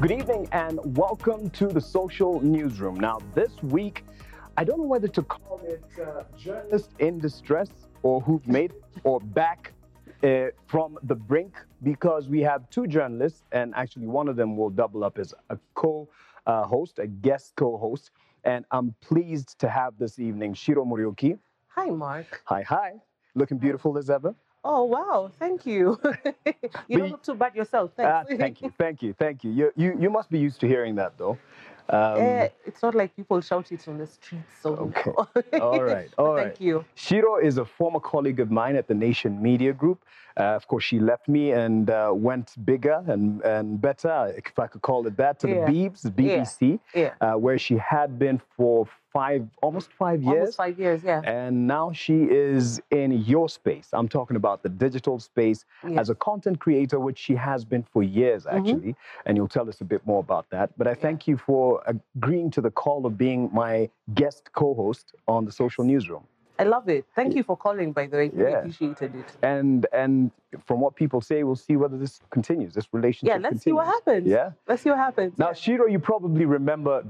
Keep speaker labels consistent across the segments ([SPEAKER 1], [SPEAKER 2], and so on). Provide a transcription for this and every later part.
[SPEAKER 1] Good evening and welcome to the Social Newsroom. Now, this week, I don't know whether to call it uh, journalists in distress or who've made it or back uh, from the brink because we have two journalists, and actually, one of them will double up as a co uh, host, a guest co host. And I'm pleased to have this evening Shiro Morioki.
[SPEAKER 2] Hi, Mark.
[SPEAKER 1] Hi, hi. Looking beautiful as ever.
[SPEAKER 2] Oh, wow. Thank you. you
[SPEAKER 1] Be-
[SPEAKER 2] don't look too bad yourself.
[SPEAKER 1] Ah,
[SPEAKER 2] Thanks.
[SPEAKER 1] thank you, thank you, thank you. You, you. you must be used to hearing that though. Um,
[SPEAKER 2] Eh, it's not like people shout it on the streets. So
[SPEAKER 1] Okay.
[SPEAKER 2] no.
[SPEAKER 1] All right,
[SPEAKER 2] But
[SPEAKER 1] all right.
[SPEAKER 2] Thank you.
[SPEAKER 1] Shiro is a former colleague of mine at the Nation Media Group. Uh, of course, she left me and uh, went bigger and, and better, if I could call it that, to
[SPEAKER 2] Yeah.
[SPEAKER 1] the Beebs, BBC,
[SPEAKER 2] Yeah.
[SPEAKER 1] uh, where she had been for five, almost five years.
[SPEAKER 2] Almost five years. Yeah.
[SPEAKER 1] And now she is in your space. I'm talking about the digital space
[SPEAKER 2] Yeah. Mm-hmm.
[SPEAKER 1] as a content creator, which she has been for years, actually. And you'll tell us a bit more about that. But I thank you for agreeing to the call of being my guest co host on the social newsroom.
[SPEAKER 2] I love it. Thank you for calling, by the way. We
[SPEAKER 1] Yeah.
[SPEAKER 2] appreciated it.
[SPEAKER 1] And and from what people say, we'll see whether this continues, this relationship
[SPEAKER 2] Yeah, let's see what
[SPEAKER 1] continues.
[SPEAKER 2] happens.
[SPEAKER 1] Yeah.
[SPEAKER 2] Let's see what happens.
[SPEAKER 1] Now,
[SPEAKER 2] Yeah.
[SPEAKER 1] Shiro, you probably remember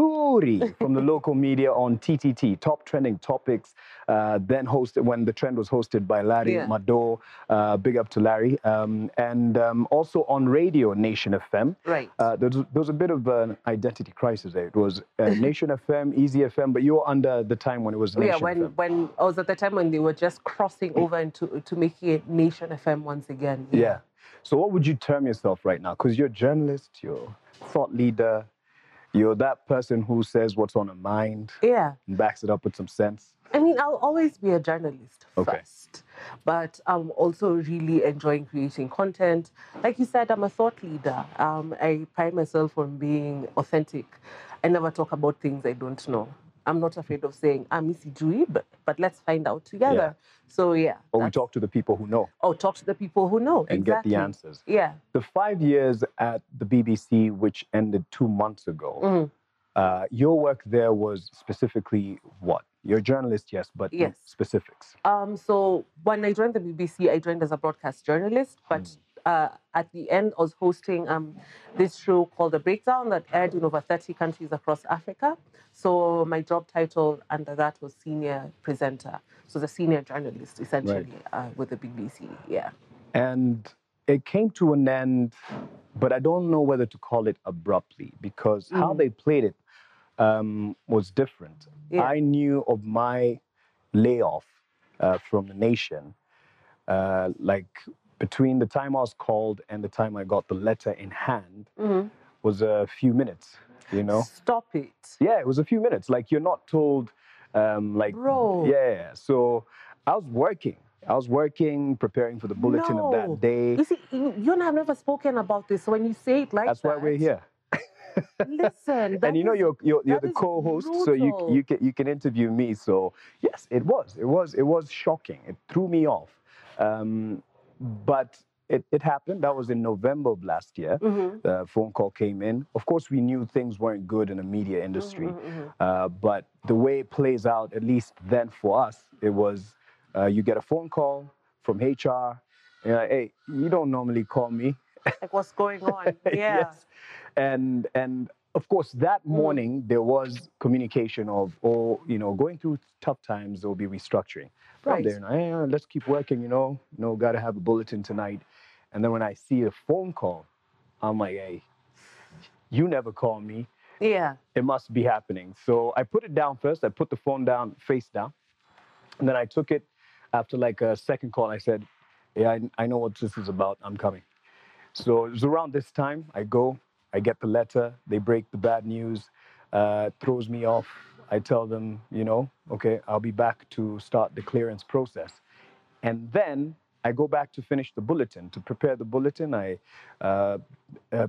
[SPEAKER 1] Vizuri from the local media on TTT, Top Trending Topics, uh, then hosted when the trend was hosted by Larry
[SPEAKER 2] Yeah.
[SPEAKER 1] Mado. Uh, big up to Larry. Um, and um, also on radio, Nation FM.
[SPEAKER 2] Right.
[SPEAKER 1] Uh, there, was, there was a bit of an identity crisis there. It was uh, Nation FM, Easy FM, but you were under the time when it was Nation
[SPEAKER 2] Oh, yeah, when
[SPEAKER 1] FM.
[SPEAKER 2] when I was at the time when they were just crossing over into to make it Nation FM once again.
[SPEAKER 1] Yeah. So what would you term yourself right now? Because you're a journalist, you're a thought leader, you're that person who says what's on her mind
[SPEAKER 2] Yeah.
[SPEAKER 1] and backs it up with some sense.
[SPEAKER 2] I mean, I'll always be a journalist
[SPEAKER 1] Okay.
[SPEAKER 2] first, but I'm also really enjoying creating content. Like you said, I'm a thought leader. Um, I pride myself on being authentic. I never talk about things I don't know. I'm not afraid of saying I'm Missy Dewey, but, but let's find out together. So yeah,
[SPEAKER 1] Or we
[SPEAKER 2] that's-
[SPEAKER 1] talk to the people who know
[SPEAKER 2] or talk to the people who know
[SPEAKER 1] and
[SPEAKER 2] exactly.
[SPEAKER 1] get the answers.
[SPEAKER 2] Yeah,
[SPEAKER 1] The five years at the BBC, which ended two months ago,
[SPEAKER 2] Mhm.
[SPEAKER 1] uh, your work there was specifically what? You're a journalist, yes, but
[SPEAKER 2] Yes.
[SPEAKER 1] specifics.
[SPEAKER 2] Um, so when I joined the BBC, I joined as a broadcast journalist, but
[SPEAKER 1] Mm.
[SPEAKER 2] uh, at the end, I was hosting um, this show called The Breakdown that aired in over 30 countries across Africa. So my job title under that was senior presenter, so the senior journalist essentially uh, with the BBC. Yeah.
[SPEAKER 1] And it came to an end, but I don't know whether to call it abruptly because how
[SPEAKER 2] Mm.
[SPEAKER 1] they played it um, was different.
[SPEAKER 2] Yeah.
[SPEAKER 1] I knew of my layoff uh, from the nation, uh, like between the time I was called and the time I got the letter in hand
[SPEAKER 2] Mhm.
[SPEAKER 1] was a few minutes, you know?
[SPEAKER 2] Stop it.
[SPEAKER 1] Yeah, it was a few minutes. Like you're not told, um, like,
[SPEAKER 2] Bro.
[SPEAKER 1] yeah. So I was working. I was working, preparing for the bulletin of
[SPEAKER 2] No.
[SPEAKER 1] that day.
[SPEAKER 2] You see, you, you and I have never spoken about this. So when you say it like
[SPEAKER 1] That's why we're
[SPEAKER 2] that,
[SPEAKER 1] here.
[SPEAKER 2] Listen, that
[SPEAKER 1] and you know
[SPEAKER 2] is-
[SPEAKER 1] you're you're, you're
[SPEAKER 2] that
[SPEAKER 1] the
[SPEAKER 2] is
[SPEAKER 1] co-host, so you
[SPEAKER 2] brutal.
[SPEAKER 1] you can you can interview me. So yes, it was it was it was shocking. It threw me off, um, but it, it happened. That was in November of last year.
[SPEAKER 2] Mhm,
[SPEAKER 1] The phone call came in. Of course, we knew things weren't good in the media industry,
[SPEAKER 2] mhm, mhm.
[SPEAKER 1] uh, but the way it plays out, at least then for us, it was uh, you get a phone call from HR. You know, hey, you don't normally call me.
[SPEAKER 2] Like what's going on? yeah. Mm-hmm.
[SPEAKER 1] yes. And and of course that morning there was communication of oh you know going through tough times there will be restructuring. But I'm
[SPEAKER 2] Right.
[SPEAKER 1] there and eh, let's keep working you know you know got to have a bulletin tonight. And then when I see a phone call, I'm like hey, you never call me.
[SPEAKER 2] Yeah.
[SPEAKER 1] It must be happening. So I put it down first. I put the phone down face down, and then I took it after like a second call. I said yeah I, I know what this is about. I'm coming. So it was around this time. I go, I get the letter. They break the bad news, uh, throws me off. I tell them, you know, okay, I'll be back to start the clearance process. And then I go back to finish the bulletin. To prepare the bulletin, I uh, uh,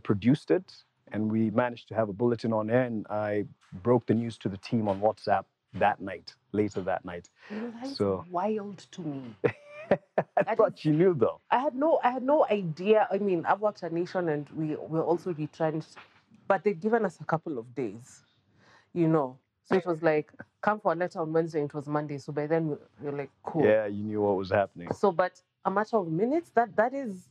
[SPEAKER 1] produced it and we managed to have a bulletin on air. And I broke the news to the team on WhatsApp that night, later that night.
[SPEAKER 2] You know, that is
[SPEAKER 1] So-
[SPEAKER 2] wild to me.
[SPEAKER 1] I
[SPEAKER 2] That
[SPEAKER 1] thought
[SPEAKER 2] is-
[SPEAKER 1] you knew though.
[SPEAKER 2] I had no, I had no idea. I mean, I've worked at Nation, and we were also retrenched, but they'd given us a couple of days, you know. So it was like, come for a letter on Wednesday. and It was Monday, so by then we- we we're like, cool.
[SPEAKER 1] Yeah, you knew what was happening.
[SPEAKER 2] So, but a matter of minutes. That that is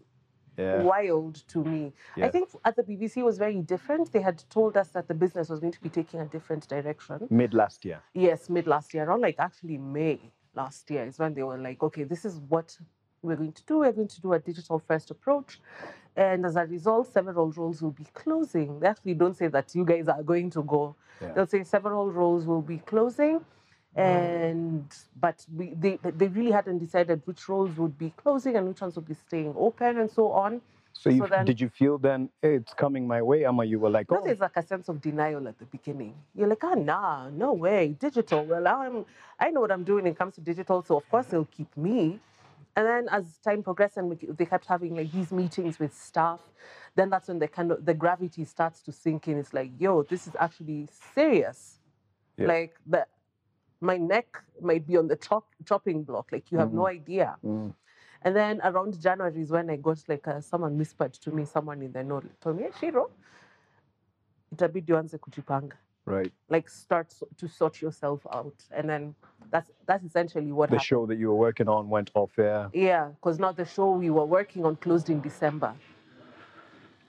[SPEAKER 1] Yeah.
[SPEAKER 2] wild to me.
[SPEAKER 1] Yeah.
[SPEAKER 2] I think at the BBC it was very different. They had told us that the business was going to be taking a different direction.
[SPEAKER 1] Mid last year.
[SPEAKER 2] Yes, mid last year, around like actually May last year is when they were like, okay, this is what we're going to do. We're going to do a digital first approach. And as a result, several roles will be closing. They actually don't say that you guys are going to go.
[SPEAKER 1] Yeah.
[SPEAKER 2] They'll say several roles will be closing. And but we, they they really hadn't decided which roles would be closing and which ones would be staying open and so on.
[SPEAKER 1] So, you,
[SPEAKER 2] So then-
[SPEAKER 1] did you feel then "Hey, it's coming my way? Ama, you were like,
[SPEAKER 2] No,
[SPEAKER 1] oh,
[SPEAKER 2] there's like a sense of denial at the beginning. You're like, ah, nah, no way, digital. Well, I'm, I know what I'm doing when it comes to digital, so of course they'll keep me. And then as time progressed, and we- they kept having like these meetings with staff, then that's when the kind of the gravity starts to sink in. It's like, yo, this is actually serious.
[SPEAKER 1] Yeah.
[SPEAKER 2] Like the, my neck might be on the chop, chopping block. Like you have no idea.
[SPEAKER 1] mm,
[SPEAKER 2] And then around January is when I got like uh, someone whispered to me, someone in the know told me, "Hey, Shiro, itabidi uanze kujipanga.
[SPEAKER 1] right.
[SPEAKER 2] Like start so- to sort yourself out. And then that's that's essentially what
[SPEAKER 1] The
[SPEAKER 2] happened.
[SPEAKER 1] show that you were working on went off air.
[SPEAKER 2] Yeah, because now the show we were working on closed in December.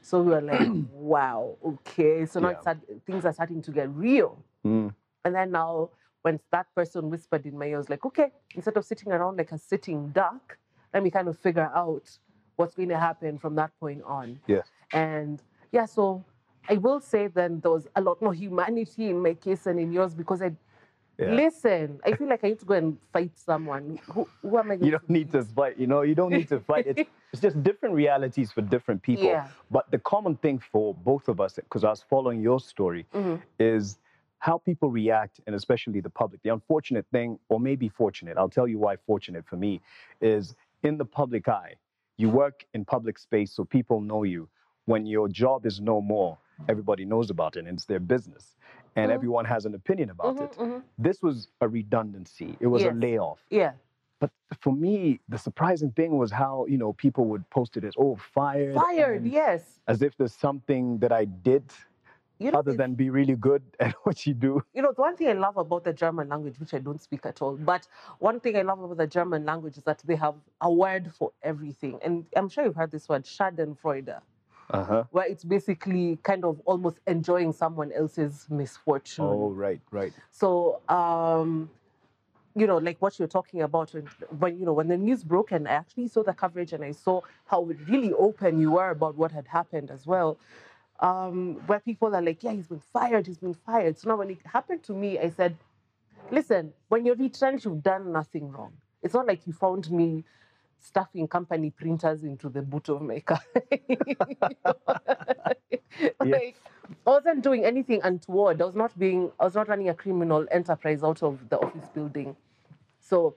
[SPEAKER 2] So we were like, wow, okay. So now
[SPEAKER 1] Yeah.
[SPEAKER 2] it's start, things are starting to get real.
[SPEAKER 1] Mm,
[SPEAKER 2] And then now, when that person whispered in my ear, I was like, okay, instead of sitting around like a sitting duck, let me kind of figure out what's going to happen from that point on.
[SPEAKER 1] Yes.
[SPEAKER 2] And yeah, so I will say then there was a lot more humanity in my case than in yours because I
[SPEAKER 1] Yeah.
[SPEAKER 2] listen. I feel like I need to go and fight someone. Who, who am I? Going
[SPEAKER 1] You don't need to fight, you know, you don't need to fight. It's, it's just different realities for different people.
[SPEAKER 2] Yeah.
[SPEAKER 1] But the common thing for both of us, because I was following your story,
[SPEAKER 2] Mhm.
[SPEAKER 1] is how people react, and especially the public. The unfortunate thing, or maybe fortunate, I'll tell you why fortunate for me, is in the public eye. You work in public space so people know you. When your job is no more, everybody knows about it and it's their business. And
[SPEAKER 2] Mhm.
[SPEAKER 1] everyone has an opinion about
[SPEAKER 2] Mhm,
[SPEAKER 1] it.
[SPEAKER 2] mhm.
[SPEAKER 1] This was a redundancy, it was
[SPEAKER 2] Yes.
[SPEAKER 1] a layoff.
[SPEAKER 2] Yeah.
[SPEAKER 1] But for me, the surprising thing was how, you know, people would post it as, oh, fired.
[SPEAKER 2] Fired.
[SPEAKER 1] and
[SPEAKER 2] Yes.
[SPEAKER 1] As if there's something that I did
[SPEAKER 2] You
[SPEAKER 1] other
[SPEAKER 2] it's-
[SPEAKER 1] than be really good at what you do.
[SPEAKER 2] you know, the one thing I love about the German language, which I don't speak at all, but one thing I love about the German language is that they have a word for everything. And I'm sure you've heard this word, Schadenfreude,
[SPEAKER 1] Uh huh.
[SPEAKER 2] where it's basically kind of almost enjoying someone else's misfortune.
[SPEAKER 1] Oh, right, right.
[SPEAKER 2] So, um, you know, like what you're talking about, when, when you know when the news broke, and I actually saw the coverage, and I saw how really open you were about what had happened as well. Um, where people are like, "Yeah, he's been fired. He's been fired." So now, when it happened to me, I said, "Listen, when you're retrenched, you've done nothing wrong. It's not like you found me." Stuffing company printers into the boot of my car. Like, I wasn't doing anything untoward. I was not being, I was not running a criminal enterprise out of the office building. So,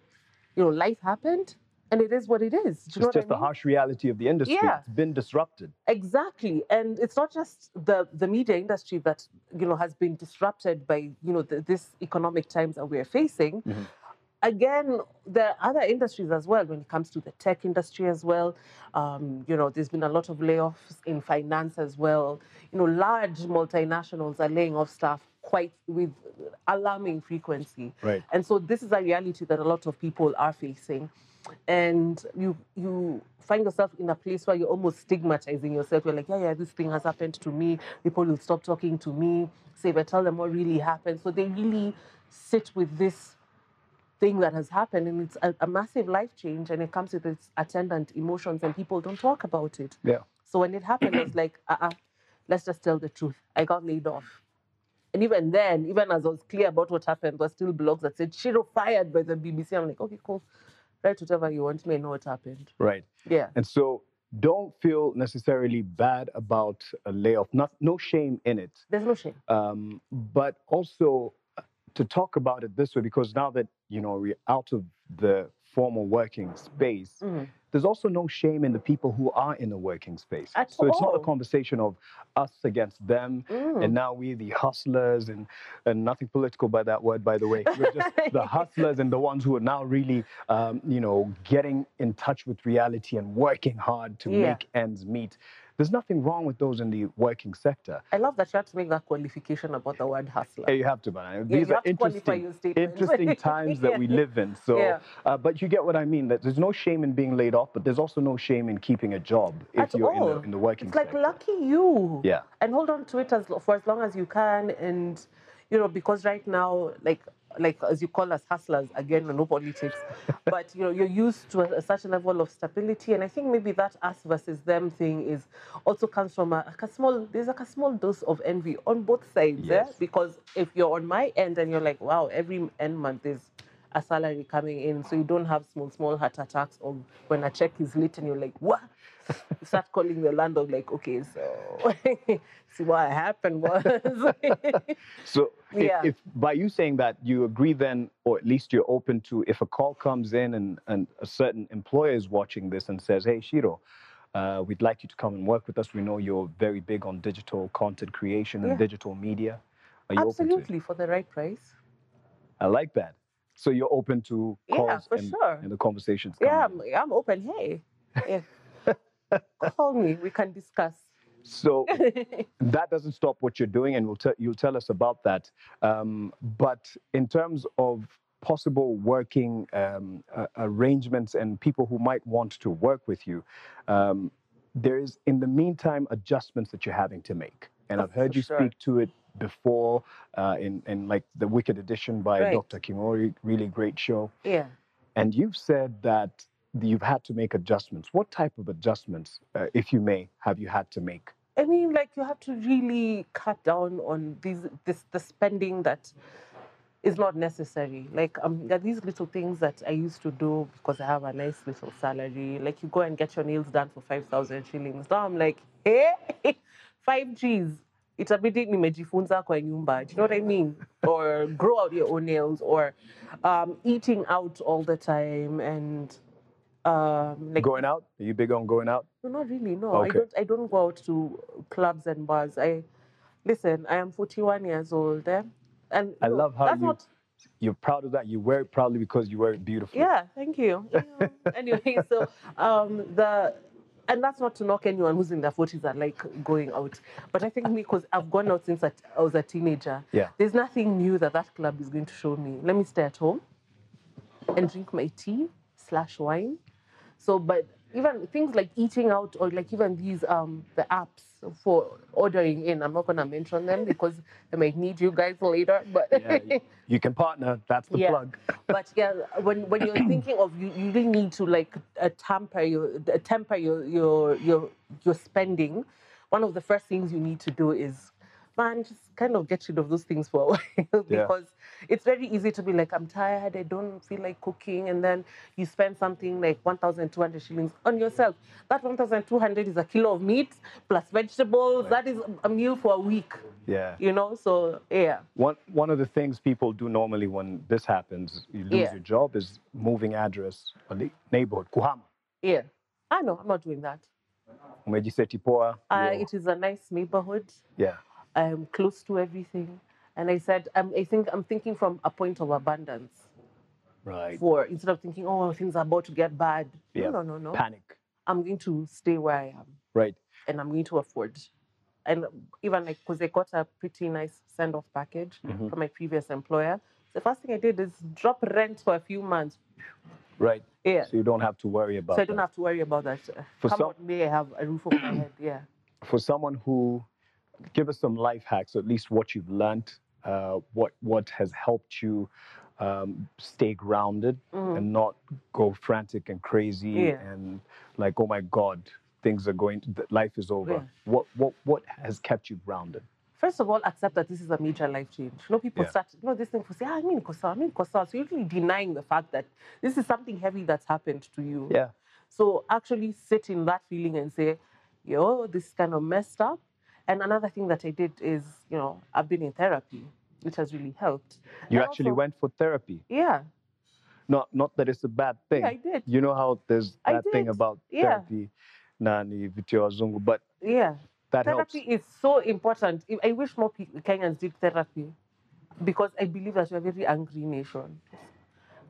[SPEAKER 2] you know, life happened, and it is what it is. Do you know
[SPEAKER 1] it's
[SPEAKER 2] what
[SPEAKER 1] just
[SPEAKER 2] I
[SPEAKER 1] the
[SPEAKER 2] mean?
[SPEAKER 1] harsh reality of the industry.
[SPEAKER 2] Yeah.
[SPEAKER 1] It's been disrupted.
[SPEAKER 2] Exactly, and it's not just the the media industry that you know has been disrupted by you know the, this economic times that we're facing.
[SPEAKER 1] Mhm.
[SPEAKER 2] Again, there are other industries as well. When it comes to the tech industry as well, um, you know, there's been a lot of layoffs in finance as well. You know, large multinationals are laying off staff quite with alarming frequency.
[SPEAKER 1] Right.
[SPEAKER 2] And so this is a reality that a lot of people are facing. And you you find yourself in a place where you're almost stigmatizing yourself. You're like, yeah, yeah, this thing has happened to me. People will stop talking to me. Say, but tell them what really happened. So they really sit with this thing that has happened, and it's a, a massive life change, and it comes with its attendant emotions, and people don't talk about it.
[SPEAKER 1] Yeah.
[SPEAKER 2] So when it happened, I was like, uh-uh, let's just tell the truth. I got laid off. And even then, even as I was clear about what happened, there were still blogs that said Shiro fired by the BBC. I'm like, okay, cool. Write whatever you want me, I know what happened.
[SPEAKER 1] Right.
[SPEAKER 2] Yeah.
[SPEAKER 1] And so don't feel necessarily bad about a layoff. Not, no shame in it.
[SPEAKER 2] There's no shame.
[SPEAKER 1] Um, but also uh, to talk about it this way, because now that, you know, we're out of the formal working space,
[SPEAKER 2] Mhm.
[SPEAKER 1] there's also no shame in the people who are in the working space.
[SPEAKER 2] At
[SPEAKER 1] so it's not a
[SPEAKER 2] all.
[SPEAKER 1] conversation of us against them,
[SPEAKER 2] Mm.
[SPEAKER 1] and now we the hustlers and and nothing political by that word, by the way. We're just the hustlers and the ones who are now really, um, you know, getting in touch with reality and working hard to
[SPEAKER 2] Yeah.
[SPEAKER 1] make ends meet. There's nothing wrong with those in the working sector.
[SPEAKER 2] I love that you had to make that qualification about the word hustler.
[SPEAKER 1] Eh, You have to, man.
[SPEAKER 2] Yeah,
[SPEAKER 1] These are
[SPEAKER 2] you have to qualify
[SPEAKER 1] interesting,
[SPEAKER 2] your statement.
[SPEAKER 1] interesting times that we
[SPEAKER 2] Yeah.
[SPEAKER 1] live in. So,
[SPEAKER 2] Yeah.
[SPEAKER 1] uh, but you get what I mean. That there's no shame in being laid off, but there's also no shame in keeping a job if
[SPEAKER 2] At
[SPEAKER 1] you're in
[SPEAKER 2] all.
[SPEAKER 1] the, in the working
[SPEAKER 2] It's like
[SPEAKER 1] sector.
[SPEAKER 2] lucky you.
[SPEAKER 1] Yeah.
[SPEAKER 2] And hold on to it as for as long as you can, and you know because right now, like like as you call us hustlers again, no politics, but you know you're used to a, such a level of stability, and I think maybe that us versus them thing is also comes from a, a small there's like a small dose of envy on both sides, eh?
[SPEAKER 1] Yes.
[SPEAKER 2] because if you're on my end and you're like, wow, every end month there's a salary coming in, so you don't have small, small heart attacks or when a check is late and you're like, what? You start calling the landlord like, okay, so see what happened was.
[SPEAKER 1] So, i-
[SPEAKER 2] Yeah.
[SPEAKER 1] if, by you saying that, you agree then, or at least you're open to if a call comes in and, and a certain employer is watching this and says, "Hey, Shiro, uh, we'd like you to come and work with us. We know you're very big on digital content creation and
[SPEAKER 2] Yeah.
[SPEAKER 1] digital media. Are you open to it?"
[SPEAKER 2] Absolutely, for the right price.
[SPEAKER 1] I like that. So you're open to
[SPEAKER 2] Yeah,
[SPEAKER 1] calls
[SPEAKER 2] for
[SPEAKER 1] and,
[SPEAKER 2] sure.
[SPEAKER 1] and the conversations.
[SPEAKER 2] Yeah,
[SPEAKER 1] coming
[SPEAKER 2] I'm, I'm open. Hey, yeah. call me. We can discuss.
[SPEAKER 1] in. So that doesn't stop what you're doing, and we'll te- you'll tell us about that. Um, but in terms of possible working um, uh, arrangements and people who might want to work with you, um, there is, in the meantime, adjustments that you're having to make. And I've
[SPEAKER 2] Oh,
[SPEAKER 1] heard
[SPEAKER 2] for
[SPEAKER 1] you
[SPEAKER 2] sure.
[SPEAKER 1] speak to it before uh, in, in like the Wicked Edition by
[SPEAKER 2] Right.
[SPEAKER 1] Dr. Kimori, really great show.
[SPEAKER 2] Yeah.
[SPEAKER 1] And you've said that you've had to make adjustments. What type of adjustments, uh, if you may, have you had to make?
[SPEAKER 2] I mean, like you have to really cut down on these this the spending that is not necessary. Like um, there are these little things that I used to do because I have a nice little salary. Like you go and get your nails done for five thousand shillings. Now I'm like, hey, five Gs. Itabidi nimejifunza kwa nyumba. Do you know what I mean? Or grow out your own nails, or um, eating out all the time, and um, like
[SPEAKER 1] Going out? Are you big on going out?
[SPEAKER 2] no, not really. No, I
[SPEAKER 1] Okay.
[SPEAKER 2] don't. I don't go out to clubs and bars. I listen. I am forty-one years old, eh? and
[SPEAKER 1] I
[SPEAKER 2] no,
[SPEAKER 1] love how
[SPEAKER 2] that's
[SPEAKER 1] you,
[SPEAKER 2] not-
[SPEAKER 1] you're proud of that. You wear it proudly because you wear it beautifully.
[SPEAKER 2] yeah, thank you. You know, anyway, so um, the and that's not to knock anyone who's in their forties that like going out, but I think me because I've gone out since I, I was a teenager.
[SPEAKER 1] Yeah.
[SPEAKER 2] There's nothing new that that club is going to show me. Let me stay at home and drink my tea slash wine. So, but even things like eating out or like even these um the apps for ordering in. I'm not gonna mention them because I might need you guys later. But
[SPEAKER 1] Yeah, you- you can partner. That's the
[SPEAKER 2] Yeah.
[SPEAKER 1] plug.
[SPEAKER 2] but yeah, when when you're thinking of you, you really need to like uh, temper your uh, temper your your your your spending. One of the first things you need to do is, man, just kind of get rid of those things for a while because
[SPEAKER 1] Yeah.
[SPEAKER 2] it's very easy to be like, I'm tired, I don't feel like cooking, and then you spend something like 1,200 shillings on yourself. That 1,200 is a kilo of meat plus vegetables. That is a meal for a week,
[SPEAKER 1] Yeah.
[SPEAKER 2] you know. So yeah,
[SPEAKER 1] One, one of the things people do normally when this happens, you lose
[SPEAKER 2] Yeah.
[SPEAKER 1] your job, is moving address, or le- neighborhood. Kuhama.
[SPEAKER 2] yeah. I know I'm not doing that.
[SPEAKER 1] Umejisetipoa.
[SPEAKER 2] Uh,
[SPEAKER 1] You're-
[SPEAKER 2] it is a nice neighborhood.
[SPEAKER 1] Yeah.
[SPEAKER 2] I'm close to everything. And I said, um, I think I'm thinking from a point of abundance
[SPEAKER 1] Right.
[SPEAKER 2] for instead of thinking, oh, things are about to get bad.
[SPEAKER 1] Yeah.
[SPEAKER 2] No, no, no, no.
[SPEAKER 1] Panic.
[SPEAKER 2] I'm going to stay where I am
[SPEAKER 1] Right.
[SPEAKER 2] and I'm going to afford. And even like, because I got a pretty nice send off package
[SPEAKER 1] Mhm.
[SPEAKER 2] from my previous employer. The first thing I did is drop rent for a few months.
[SPEAKER 1] Right.
[SPEAKER 2] Yeah.
[SPEAKER 1] So you don't have to worry about
[SPEAKER 2] So I don't
[SPEAKER 1] that.
[SPEAKER 2] have to worry about that.
[SPEAKER 1] For
[SPEAKER 2] Come
[SPEAKER 1] some-
[SPEAKER 2] out May I have a roof over my head. Yeah.
[SPEAKER 1] for someone who give us some life hacks at least what you've learned uh, what what has helped you um, stay grounded
[SPEAKER 2] Mhm.
[SPEAKER 1] and not go frantic and crazy
[SPEAKER 2] Yeah.
[SPEAKER 1] and like oh my god things are going th- life is over
[SPEAKER 2] Yeah.
[SPEAKER 1] what what what has kept you grounded
[SPEAKER 2] First of all, accept that this is a major life change. You know, people
[SPEAKER 1] Yeah.
[SPEAKER 2] start, you know, this thing for say, ah, I mean, Kosa, I mean, Kosa. So you're really denying the fact that this is something heavy that's happened to you.
[SPEAKER 1] yeah
[SPEAKER 2] So actually sit in that feeling and say, yo, this is kind of messed up. And another thing that I did is, you know, I've been in therapy, which has really helped.
[SPEAKER 1] you
[SPEAKER 2] And
[SPEAKER 1] actually
[SPEAKER 2] also-
[SPEAKER 1] went for therapy
[SPEAKER 2] Yeah,
[SPEAKER 1] not not that it's a bad thing
[SPEAKER 2] yeah, I did.
[SPEAKER 1] you know how there's
[SPEAKER 2] I
[SPEAKER 1] that thing
[SPEAKER 2] did.
[SPEAKER 1] about
[SPEAKER 2] Yeah.
[SPEAKER 1] therapy nani vitu ya wazungu, but
[SPEAKER 2] Yeah.
[SPEAKER 1] that
[SPEAKER 2] therapy
[SPEAKER 1] helps
[SPEAKER 2] is so important. I- I wish more pe- Kenyans did therapy because I believe that we're a very angry nation.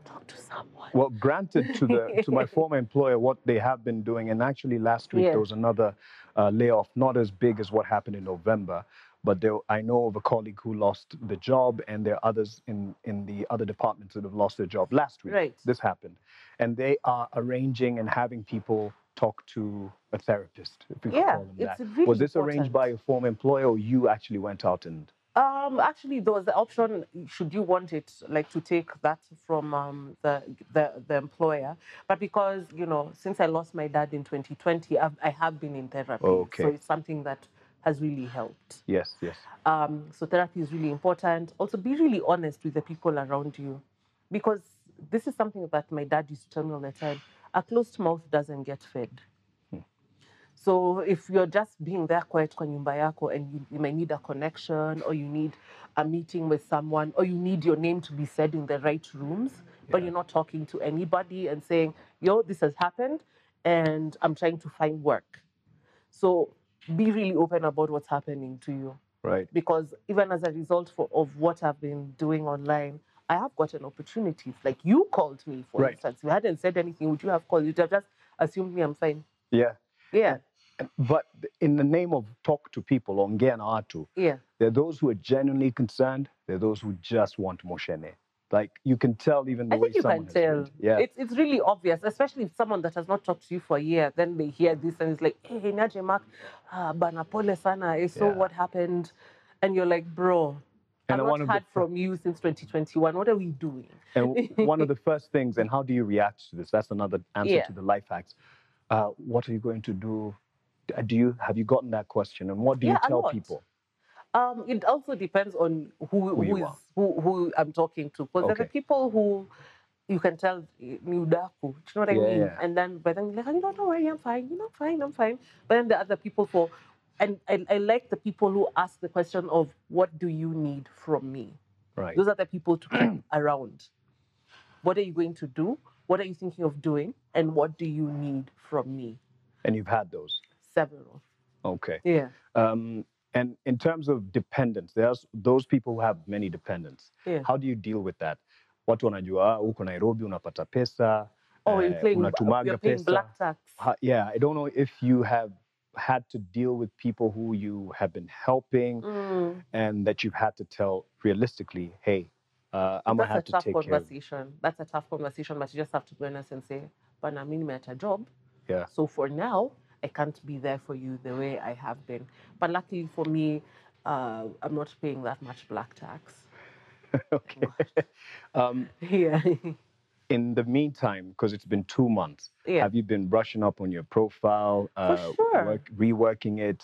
[SPEAKER 2] talk to someone.
[SPEAKER 1] Well, granted to the to my former employer what they have been doing, and actually last week
[SPEAKER 2] Yeah.
[SPEAKER 1] there was another uh, layoff, not as big as what happened in November, but there, I know of a colleague who lost the job, and there are others in in the other departments that have lost their job last week.
[SPEAKER 2] Right.
[SPEAKER 1] This happened, and they are arranging and having people talk to a therapist, if you could
[SPEAKER 2] Yeah,
[SPEAKER 1] call them
[SPEAKER 2] it's
[SPEAKER 1] that.
[SPEAKER 2] really
[SPEAKER 1] was this arranged
[SPEAKER 2] important.
[SPEAKER 1] by your former employer, or you actually went out and?
[SPEAKER 2] Um, actually, there was the option should you want it, like to take that from um, the, the the employer, but because you know, since I lost my dad in 2020, I've, I have been in therapy,
[SPEAKER 1] Okay.
[SPEAKER 2] so it's something that has really helped.
[SPEAKER 1] Yes, yes.
[SPEAKER 2] Um, so therapy is really important. Also, be really honest with the people around you, because this is something that my dad used to tell me all the time: a closed mouth doesn't get fed. So if you're just being there quiet kwa nyumba yako and you, you may need a connection or you need a meeting with someone or you need your name to be said in the right rooms, but
[SPEAKER 1] Yeah.
[SPEAKER 2] you're not talking to anybody and saying, yo, this has happened and I'm trying to find work. So be really open about what's happening to you
[SPEAKER 1] Right.
[SPEAKER 2] because even as a result for, of what I've been doing online, I have gotten opportunities. Like you called me, for
[SPEAKER 1] Right.
[SPEAKER 2] instance. If I hadn't said anything, would you have called? You'd have just assumed me I'm fine.
[SPEAKER 1] Yeah.
[SPEAKER 2] Yeah,
[SPEAKER 1] But in the name of talk to people, ongea na watu,
[SPEAKER 2] yeah.
[SPEAKER 1] There are those who are genuinely concerned. There are those who just want moshene. Like you can tell even the
[SPEAKER 2] I
[SPEAKER 1] way
[SPEAKER 2] think you
[SPEAKER 1] someone
[SPEAKER 2] can
[SPEAKER 1] has
[SPEAKER 2] tell.
[SPEAKER 1] read. Yeah,
[SPEAKER 2] It's, it's really obvious, especially if someone that has not talked to you for a year, then they hear this and it's like, hey, Naje Mark, ah, bana pole sana, eh, so
[SPEAKER 1] Yeah.
[SPEAKER 2] what happened? And you're like, bro,
[SPEAKER 1] And
[SPEAKER 2] I've
[SPEAKER 1] one
[SPEAKER 2] not
[SPEAKER 1] of the
[SPEAKER 2] heard
[SPEAKER 1] fir-
[SPEAKER 2] from you since 2021. What are we doing?
[SPEAKER 1] and one of the first things. And how do you react to this? That's another answer
[SPEAKER 2] Yeah.
[SPEAKER 1] to the life hacks. Uh, what are you going to do? Uh, Do you have you gotten that question? And what do you
[SPEAKER 2] Yeah, a
[SPEAKER 1] tell
[SPEAKER 2] lot.
[SPEAKER 1] people?
[SPEAKER 2] Um, it also depends on who
[SPEAKER 1] Who
[SPEAKER 2] who,
[SPEAKER 1] you
[SPEAKER 2] is,
[SPEAKER 1] are.
[SPEAKER 2] who who I'm talking to. Because there
[SPEAKER 1] Okay.
[SPEAKER 2] are people who you can tell eh, ni udaku. Do you know what I mean?
[SPEAKER 1] Yeah.
[SPEAKER 2] And then but then you're like, oh, no, don't worry, I'm fine. You know, I'm fine, I'm fine. But then the other people for and I, I like the people who ask the question of what do you need from me?
[SPEAKER 1] Right.
[SPEAKER 2] Those are the people to keep around. What are you going to do? What are you thinking of doing? And what do you need from me?
[SPEAKER 1] And you've had those.
[SPEAKER 2] Several.
[SPEAKER 1] Okay.
[SPEAKER 2] Yeah.
[SPEAKER 1] Um, and in terms of dependence, there's those people who have many dependents.
[SPEAKER 2] Yeah.
[SPEAKER 1] How do you deal with that? Watu wanajua "Ah, huko Nairobi unapata pesa.
[SPEAKER 2] Oh,
[SPEAKER 1] eh,
[SPEAKER 2] you're playing,
[SPEAKER 1] unatumaga
[SPEAKER 2] you're playing
[SPEAKER 1] pesa."
[SPEAKER 2] black tax.
[SPEAKER 1] Ha- yeah, I don't know if you have had to deal with people who you have been helping
[SPEAKER 2] Mm.
[SPEAKER 1] and that you've had to tell realistically, hey, uh, I'm gonna
[SPEAKER 2] That's
[SPEAKER 1] have
[SPEAKER 2] a
[SPEAKER 1] to
[SPEAKER 2] tough
[SPEAKER 1] take care. Of,
[SPEAKER 2] conversation. That's a tough conversation, but you just have to be honest and say, but I mean, I'm at a job.
[SPEAKER 1] Yeah.
[SPEAKER 2] So for now, I can't be there for you the way I have been. But luckily for me, uh, I'm not paying that much black tax.
[SPEAKER 1] okay. um,
[SPEAKER 2] Yeah.
[SPEAKER 1] in the meantime, because it's been two months,
[SPEAKER 2] yeah.
[SPEAKER 1] have you been brushing up on your profile, uh,
[SPEAKER 2] sure. Oh,
[SPEAKER 1] reworking it?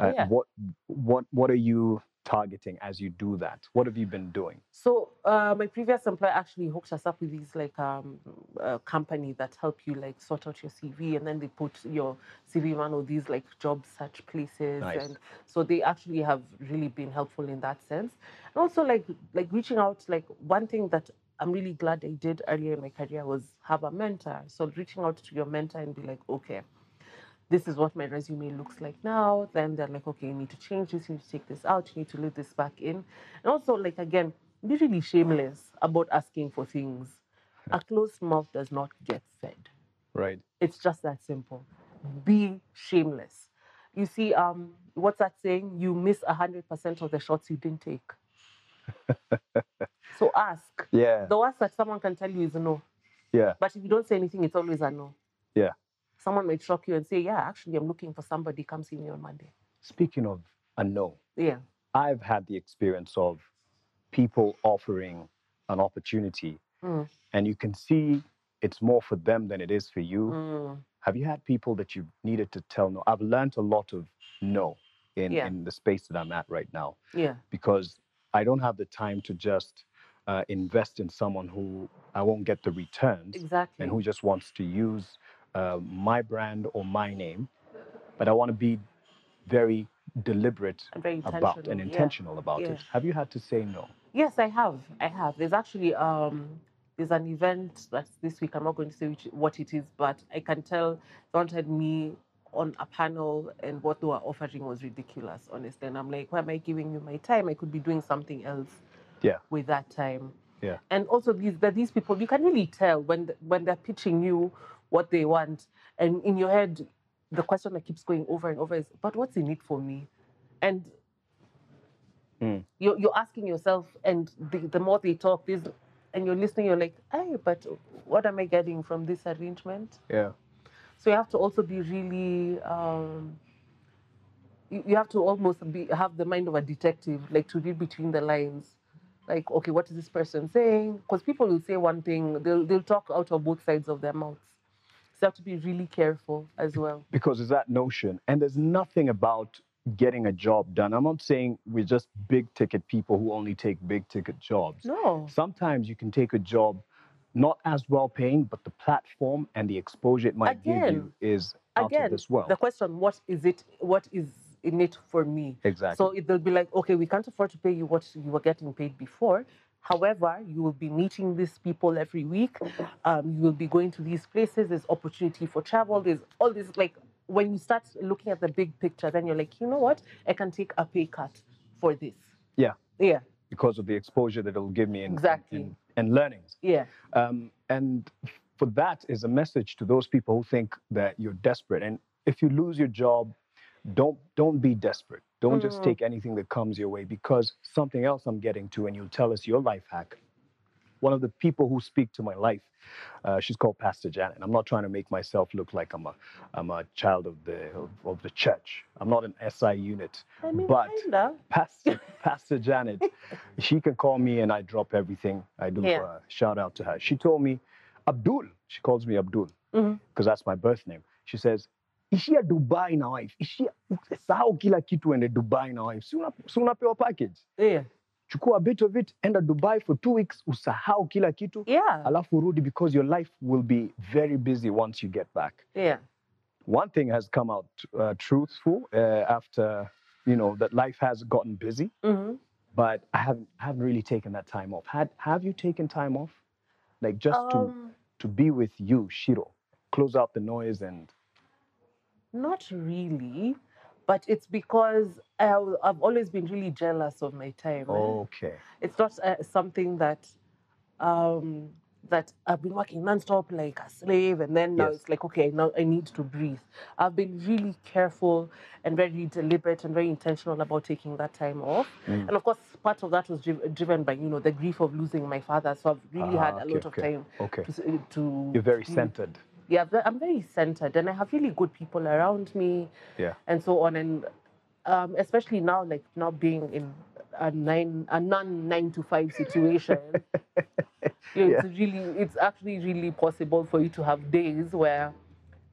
[SPEAKER 1] Uh,
[SPEAKER 2] Yeah.
[SPEAKER 1] What what what are you targeting as you do that? What have you been doing?
[SPEAKER 2] So uh, my previous employer actually hooked us up with these like um, uh, company that help you like sort out your CV, and then they put your CV in one of these like job search places,
[SPEAKER 1] Nice.
[SPEAKER 2] and so they actually have really been helpful in that sense. And also like like reaching out like one thing that I'm really glad I did earlier in my career was have a mentor. So reaching out to your mentor and be like, okay, this is what my resume looks like now. Then they're like, okay, you need to change this, you need to take this out, you need to leave this back in. And also, like, again, be really shameless about asking for things. A closed mouth does not get fed.
[SPEAKER 1] Right.
[SPEAKER 2] It's just that simple. Be shameless. You see, um, what's that saying? You miss 100% of the shots you didn't take. so ask.
[SPEAKER 1] Yeah.
[SPEAKER 2] The worst that someone can tell you is no.
[SPEAKER 1] Yeah.
[SPEAKER 2] But if you don't say anything, it's always a no.
[SPEAKER 1] Yeah.
[SPEAKER 2] Someone might shock you and say, Yeah, actually, I'm looking for somebody. Come see me on Monday.
[SPEAKER 1] Speaking of a no,
[SPEAKER 2] Yeah.
[SPEAKER 1] I've had the experience of people offering an opportunity,
[SPEAKER 2] Mm.
[SPEAKER 1] and you can see it's more for them than it is for you.
[SPEAKER 2] Mm.
[SPEAKER 1] Have you had people that you've needed to tell no? I've learned a lot of no in,
[SPEAKER 2] Yeah.
[SPEAKER 1] in the space that I'm at right now
[SPEAKER 2] Yeah.
[SPEAKER 1] because I don't have the time to just uh, invest in someone who I won't get the returns
[SPEAKER 2] Exactly.
[SPEAKER 1] and who just wants to use uh, my brand or my name. But I want to be very deliberate
[SPEAKER 2] and very intentional.
[SPEAKER 1] about and
[SPEAKER 2] yeah.
[SPEAKER 1] intentional about
[SPEAKER 2] Yeah.
[SPEAKER 1] it. Have you had to say no?
[SPEAKER 2] Yes, I have. I have. There's actually um, there's an event that's this week. I'm not going to say which, what it is, but I can tell they wanted me on a panel, and what they were offering was ridiculous, honestly. And I'm like, why am I giving you my time? I could be doing something else.
[SPEAKER 1] Yeah.
[SPEAKER 2] With that time,
[SPEAKER 1] Yeah.
[SPEAKER 2] And also these that these people you can really tell when th- when they're pitching you what they want, and in your head, the question that keeps going over and over is, but what's in it for me? And
[SPEAKER 1] Mm.
[SPEAKER 2] you're you're asking yourself, and the, the more they talk, this and you're listening, you're like, hey, but what am I getting from this arrangement?
[SPEAKER 1] Yeah.
[SPEAKER 2] So you have to also be really. Um, you you have to almost be have the mind of a detective, like to read between the lines. Like, okay, what is this person saying? Because people will say one thing, they'll they'll talk out of both sides of their mouths. So you have to be really careful as well.
[SPEAKER 1] because it's that notion. And there's nothing about getting a job done. I'm not saying we're just big ticket people who only take big ticket jobs.
[SPEAKER 2] No.
[SPEAKER 1] Sometimes you can take a job not as well paying, but the platform and the exposure it might give you
[SPEAKER 2] Again.
[SPEAKER 1] is out
[SPEAKER 2] Again,
[SPEAKER 1] of this world.
[SPEAKER 2] the question, what is it what is in it for me?
[SPEAKER 1] exactly.
[SPEAKER 2] So it, they'll be like, okay, we can't afford to pay you what you were getting paid before. However, you will be meeting these people every week. Um, you will be going to these places. There's opportunity for travel. There's all this. Like when you start looking at the big picture, then you're like, you know what? I can take a pay cut for this.
[SPEAKER 1] Yeah.
[SPEAKER 2] Yeah.
[SPEAKER 1] because of the exposure that it'll give me in,
[SPEAKER 2] Exactly.
[SPEAKER 1] in, and learnings.
[SPEAKER 2] Yeah.
[SPEAKER 1] Um, and for that is a message to those people who think that you're desperate. And if you lose your job, don't don't be desperate. Don't just
[SPEAKER 2] Mm.
[SPEAKER 1] take anything that comes your way because something else I'm getting to, and you'll tell us your life hack. One of the people who speak to my life, uh, she's called Pastor Janet. I'm not trying to make myself look like I'm a I'm a child of the of, of the church. I'm not an SI unit.
[SPEAKER 2] I mean,
[SPEAKER 1] But-
[SPEAKER 2] kinda.
[SPEAKER 1] Pastor, Pastor Janet, she can call me and I drop everything I do
[SPEAKER 2] Yeah.
[SPEAKER 1] for her. Shout out to her. She told me, Abdul, she calls me Abdul
[SPEAKER 2] Mhm.
[SPEAKER 1] because that's my birth name. She says, ishia Dubai na wife, ishia sahau kila kitu ende Dubai na wife. Si una- si unapewa package.
[SPEAKER 2] Yeah.
[SPEAKER 1] Chukua bit of it, enda Dubai for two weeks, usahau kila kitu.
[SPEAKER 2] Yeah.
[SPEAKER 1] Alafu urudi because your life will be very busy once you get back
[SPEAKER 2] Yeah.
[SPEAKER 1] one thing has come out uh, truthful uh, after you know that life has gotten busy
[SPEAKER 2] hmm
[SPEAKER 1] but i haven't I haven't really taken that time off had have you taken time off like just to
[SPEAKER 2] Um,
[SPEAKER 1] to be with you shiro close out the noise and
[SPEAKER 2] Not really, but it's because I, al- I've always been really jealous of my time. eh.
[SPEAKER 1] okay
[SPEAKER 2] It's not uh, something that um, that I've been working nonstop like a slave, and then now
[SPEAKER 1] Yes.
[SPEAKER 2] it's like okay, now I need to breathe. I've been really careful and very deliberate and very intentional about taking that time off.
[SPEAKER 1] Mm.
[SPEAKER 2] And of course, part of that was driv- driven by you know the grief of losing my father. So I've really
[SPEAKER 1] Ah,
[SPEAKER 2] had a
[SPEAKER 1] okay,
[SPEAKER 2] lot
[SPEAKER 1] okay,
[SPEAKER 2] of time
[SPEAKER 1] okay
[SPEAKER 2] to, s- to
[SPEAKER 1] you're very
[SPEAKER 2] to-
[SPEAKER 1] centered
[SPEAKER 2] yeah, ve- I'm very centered and I have really good people around me.
[SPEAKER 1] Yeah.
[SPEAKER 2] And so on. And um, especially now, like not being in a nine, a non nine to five situation, you know, it's really, it's actually really possible for you to have days where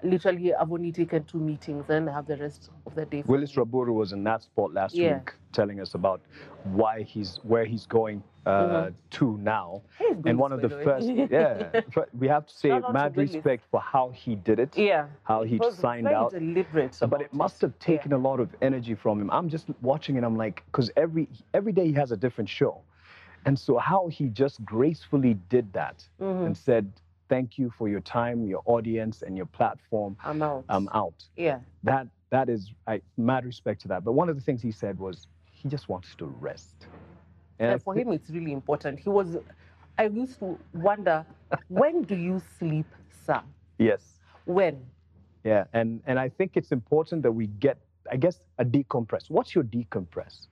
[SPEAKER 2] literally I've only taken two meetings and I have the rest of the day. for
[SPEAKER 1] willis
[SPEAKER 2] me.
[SPEAKER 1] raburu was in that spot last
[SPEAKER 2] Yeah.
[SPEAKER 1] week telling us about why he's where he's going uh, to now
[SPEAKER 2] Hey,
[SPEAKER 1] and
[SPEAKER 2] Willis,
[SPEAKER 1] one of
[SPEAKER 2] Mm-hmm. by
[SPEAKER 1] the
[SPEAKER 2] way.
[SPEAKER 1] first yeah fir- we have to say
[SPEAKER 2] Shout out to
[SPEAKER 1] mad
[SPEAKER 2] Willis.
[SPEAKER 1] respect for how he did it
[SPEAKER 2] yeah.
[SPEAKER 1] how
[SPEAKER 2] It
[SPEAKER 1] he
[SPEAKER 2] was
[SPEAKER 1] signed
[SPEAKER 2] very
[SPEAKER 1] out.
[SPEAKER 2] deliberate.
[SPEAKER 1] But
[SPEAKER 2] about
[SPEAKER 1] it must have taken a lot of energy from him. I'm just watching and I'm like, because every every day he has a different show, and so how he just gracefully did that
[SPEAKER 2] Mhm.
[SPEAKER 1] and said, "Thank you for your time, your audience, and your platform.
[SPEAKER 2] I'm out.
[SPEAKER 1] I'm out."
[SPEAKER 2] yeah.
[SPEAKER 1] That that is, I mad respect to that. But one of the things he said was he just wants to rest. And I
[SPEAKER 2] And for
[SPEAKER 1] thi-
[SPEAKER 2] him, it's really important. He was, I used to wonder, when do you sleep, sir?
[SPEAKER 1] yes,
[SPEAKER 2] When?
[SPEAKER 1] yeah, and and I think it's important that we get, I guess, a decompress. What's your decompress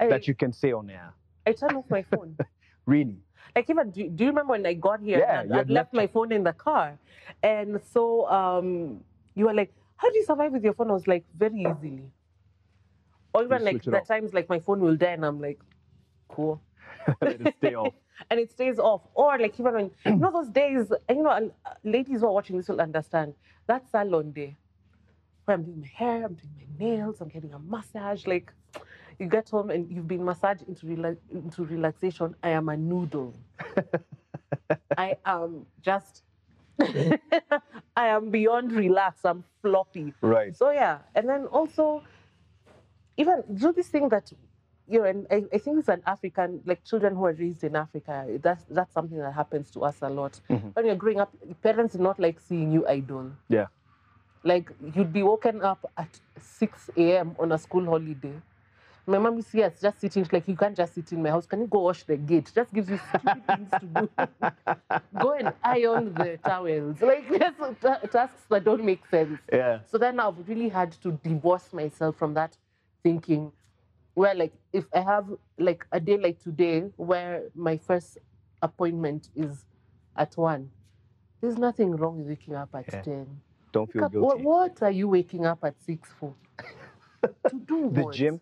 [SPEAKER 2] I,
[SPEAKER 1] that you can say on air?
[SPEAKER 2] I turned off my phone.
[SPEAKER 1] Really?
[SPEAKER 2] Like even do, do you remember when I got here?
[SPEAKER 1] Yeah,
[SPEAKER 2] and
[SPEAKER 1] you
[SPEAKER 2] I'd,
[SPEAKER 1] had
[SPEAKER 2] I'd left
[SPEAKER 1] left
[SPEAKER 2] my phone in the car, and so um, you were like, "How do you survive with your phone?" I was like, "Very easily." Or even like
[SPEAKER 1] switch it
[SPEAKER 2] the
[SPEAKER 1] off.
[SPEAKER 2] times like my phone will die, and I'm like, "Cool."
[SPEAKER 1] Let it stay off.
[SPEAKER 2] and it stays off. Or like even when you know those days, and you know, and, uh, ladies who are watching this will understand that salon day where I'm doing my hair, I'm doing my nails, I'm getting a massage. Like you get home and you've been massaged into rela- into relaxation. I am a noodle. I am just. I am beyond relaxed. I'm floppy.
[SPEAKER 1] Right.
[SPEAKER 2] So yeah, and then also, even do this thing that you know, and I, I think it's an African, like children who are raised in Africa. That's that's something that happens to us a lot.
[SPEAKER 1] Mhm.
[SPEAKER 2] When you're growing up, parents do not like seeing you idle.
[SPEAKER 1] Yeah.
[SPEAKER 2] Like you'd be woken up at 6 a.m. on a school holiday. My mom is yes, just sitting like you can't just sit in my house. Can you go wash the gate? Just gives you stupid things to do. go and iron the towels. Like yes, ta- tasks that don't make sense.
[SPEAKER 1] Yeah.
[SPEAKER 2] So then I've really had to divorce myself from that thinking where like if I have like a day like today where my first appointment is at one, there's nothing wrong with waking up at
[SPEAKER 1] Yeah.
[SPEAKER 2] ten.
[SPEAKER 1] Don't feel
[SPEAKER 2] Wake up- what,
[SPEAKER 1] guilty.
[SPEAKER 2] what are you waking up at six for? to do
[SPEAKER 1] The
[SPEAKER 2] what?
[SPEAKER 1] gym,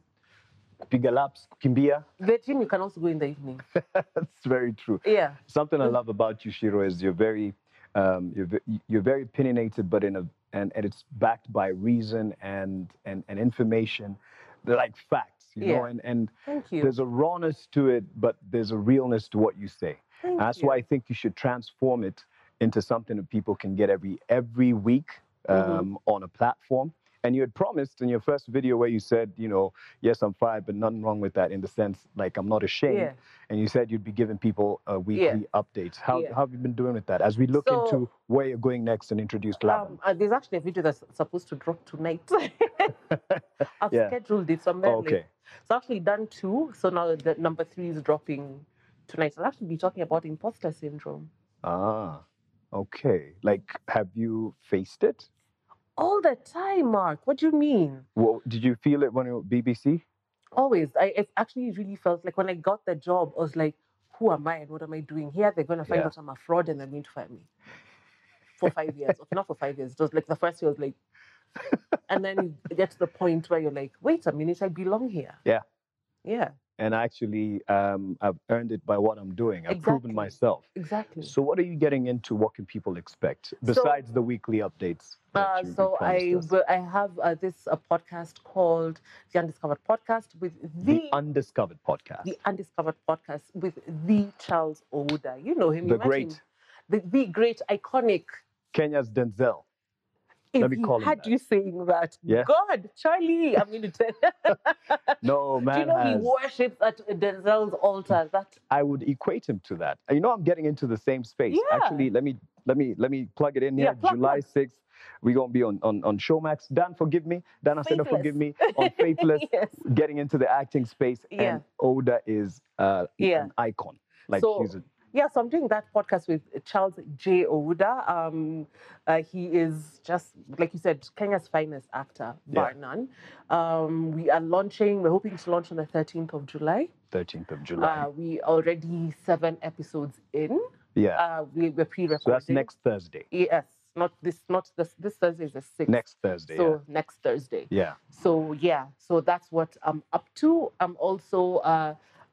[SPEAKER 1] piga laps, kimbia.
[SPEAKER 2] The gym you can also go in the evening.
[SPEAKER 1] That's very true.
[SPEAKER 2] Yeah.
[SPEAKER 1] Something I love about you, Shiro, is you're very, um, you're, ve- you're very opinionated, but in a and, and it's backed by reason and and, and information, They're like facts, you know.
[SPEAKER 2] Yeah.
[SPEAKER 1] And and
[SPEAKER 2] Thank you.
[SPEAKER 1] there's a rawness to it, but there's a realness to what you say.
[SPEAKER 2] Thank
[SPEAKER 1] That's
[SPEAKER 2] you.
[SPEAKER 1] why I think you should transform it into something that people can get every every week um,
[SPEAKER 2] Mhm.
[SPEAKER 1] on a platform. And you had promised in your first video where you said, you know, yes, I'm fired, but nothing wrong with that in the sense like I'm not ashamed.
[SPEAKER 2] Yeah.
[SPEAKER 1] And you said you'd be giving people uh, weekly updates. How,
[SPEAKER 2] Yeah.
[SPEAKER 1] how have you been doing with that as we look
[SPEAKER 2] So-
[SPEAKER 1] into where you're going next and introduce Laban?
[SPEAKER 2] Um, uh, there's actually a video that's supposed to drop tonight. I've
[SPEAKER 1] Yeah.
[SPEAKER 2] scheduled it, so I'm very
[SPEAKER 1] Oh, okay.
[SPEAKER 2] late. So I've actually done two. So now the number three is dropping tonight. So I'll actually be talking about imposter syndrome.
[SPEAKER 1] Ah, okay. Like, have you faced it?
[SPEAKER 2] All the time, Mark. What do you mean?
[SPEAKER 1] Well, did you feel it when you were at BBC?
[SPEAKER 2] Always. I it actually really felt like when I got the job, I was like, who am I and what am I doing here? They're going to find
[SPEAKER 1] Yeah.
[SPEAKER 2] out I'm a fraud and they're going to fire me for five years. okay, not for five years. It was like the first year was like, and then you get to the point where you're like, wait a minute, I belong here.
[SPEAKER 1] Yeah.
[SPEAKER 2] Yeah,
[SPEAKER 1] And actually, um, I've earned it by what I'm doing. I've
[SPEAKER 2] Exactly.
[SPEAKER 1] proven myself.
[SPEAKER 2] exactly.
[SPEAKER 1] So, what are you getting into? What can people expect besides the weekly updates? that
[SPEAKER 2] Uh,
[SPEAKER 1] you- you
[SPEAKER 2] so I
[SPEAKER 1] promised us?
[SPEAKER 2] will- I have uh, this a podcast called the Undiscovered Podcast with the
[SPEAKER 1] the Undiscovered podcast.
[SPEAKER 2] the Undiscovered Podcast with the Charles Ouda. You know him,
[SPEAKER 1] The
[SPEAKER 2] imagine.
[SPEAKER 1] great.
[SPEAKER 2] the, the great iconic.
[SPEAKER 1] Kenya's Denzel.
[SPEAKER 2] If
[SPEAKER 1] Let me
[SPEAKER 2] he
[SPEAKER 1] call him
[SPEAKER 2] had
[SPEAKER 1] that.
[SPEAKER 2] you saying that,
[SPEAKER 1] Yeah.
[SPEAKER 2] God, Charlie, I'm going to tell.
[SPEAKER 1] No man
[SPEAKER 2] Do you know he
[SPEAKER 1] has.
[SPEAKER 2] worships at Denzel's altar? That
[SPEAKER 1] I would equate him to that. You know, I'm getting into the same space.
[SPEAKER 2] Yeah.
[SPEAKER 1] Actually, let me let me let me plug it in here.
[SPEAKER 2] Yeah, plug,
[SPEAKER 1] July
[SPEAKER 2] plug.
[SPEAKER 1] sixth, we're gonna be on, on on Showmax. Dan, forgive me. Dan Asena,
[SPEAKER 2] Faithless.
[SPEAKER 1] forgive me on Faithless.
[SPEAKER 2] yes.
[SPEAKER 1] Getting into the acting space,
[SPEAKER 2] Yeah.
[SPEAKER 1] and Oda is uh,
[SPEAKER 2] Yeah.
[SPEAKER 1] an icon. Like
[SPEAKER 2] So-
[SPEAKER 1] he's a,
[SPEAKER 2] Yeah, so I'm doing that podcast with Charles J. Ouda. Um, uh, he is just, like you said, Kenya's finest actor, bar none. Um, we are launching, we're hoping to launch on the 13th of July.
[SPEAKER 1] 13th of July.
[SPEAKER 2] Uh, we already seven episodes in.
[SPEAKER 1] yeah.
[SPEAKER 2] Uh, we, we're pre-recording.
[SPEAKER 1] so that's next Thursday.
[SPEAKER 2] Yes, not this, not this, this Thursday is the 6th.
[SPEAKER 1] Next Thursday.
[SPEAKER 2] So next Thursday.
[SPEAKER 1] yeah. yeah.
[SPEAKER 2] So yeah, so that's what I'm up to. I'm also uh,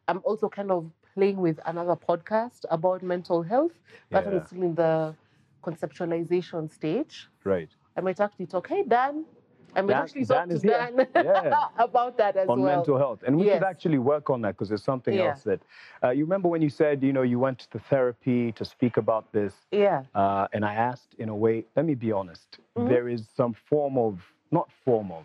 [SPEAKER 2] I'm also kind of playing with another podcast about mental health, but
[SPEAKER 1] Yeah.
[SPEAKER 2] I'm still in the conceptualization stage.
[SPEAKER 1] Right.
[SPEAKER 2] I might actually talk. Hey Dan, I might
[SPEAKER 1] Dan-
[SPEAKER 2] actually
[SPEAKER 1] Dan
[SPEAKER 2] talk to
[SPEAKER 1] is here.
[SPEAKER 2] Dan
[SPEAKER 1] Yeah.
[SPEAKER 2] about that as
[SPEAKER 1] on
[SPEAKER 2] well.
[SPEAKER 1] mental health. And we
[SPEAKER 2] Yes.
[SPEAKER 1] should actually work on that because there's something
[SPEAKER 2] Yeah.
[SPEAKER 1] else that uh, you remember when you said, you know, you went to therapy to speak about this.
[SPEAKER 2] Yeah,
[SPEAKER 1] Uh, and I asked, in a way, let me be honest,
[SPEAKER 2] Mhm.
[SPEAKER 1] there is some form of, not form of,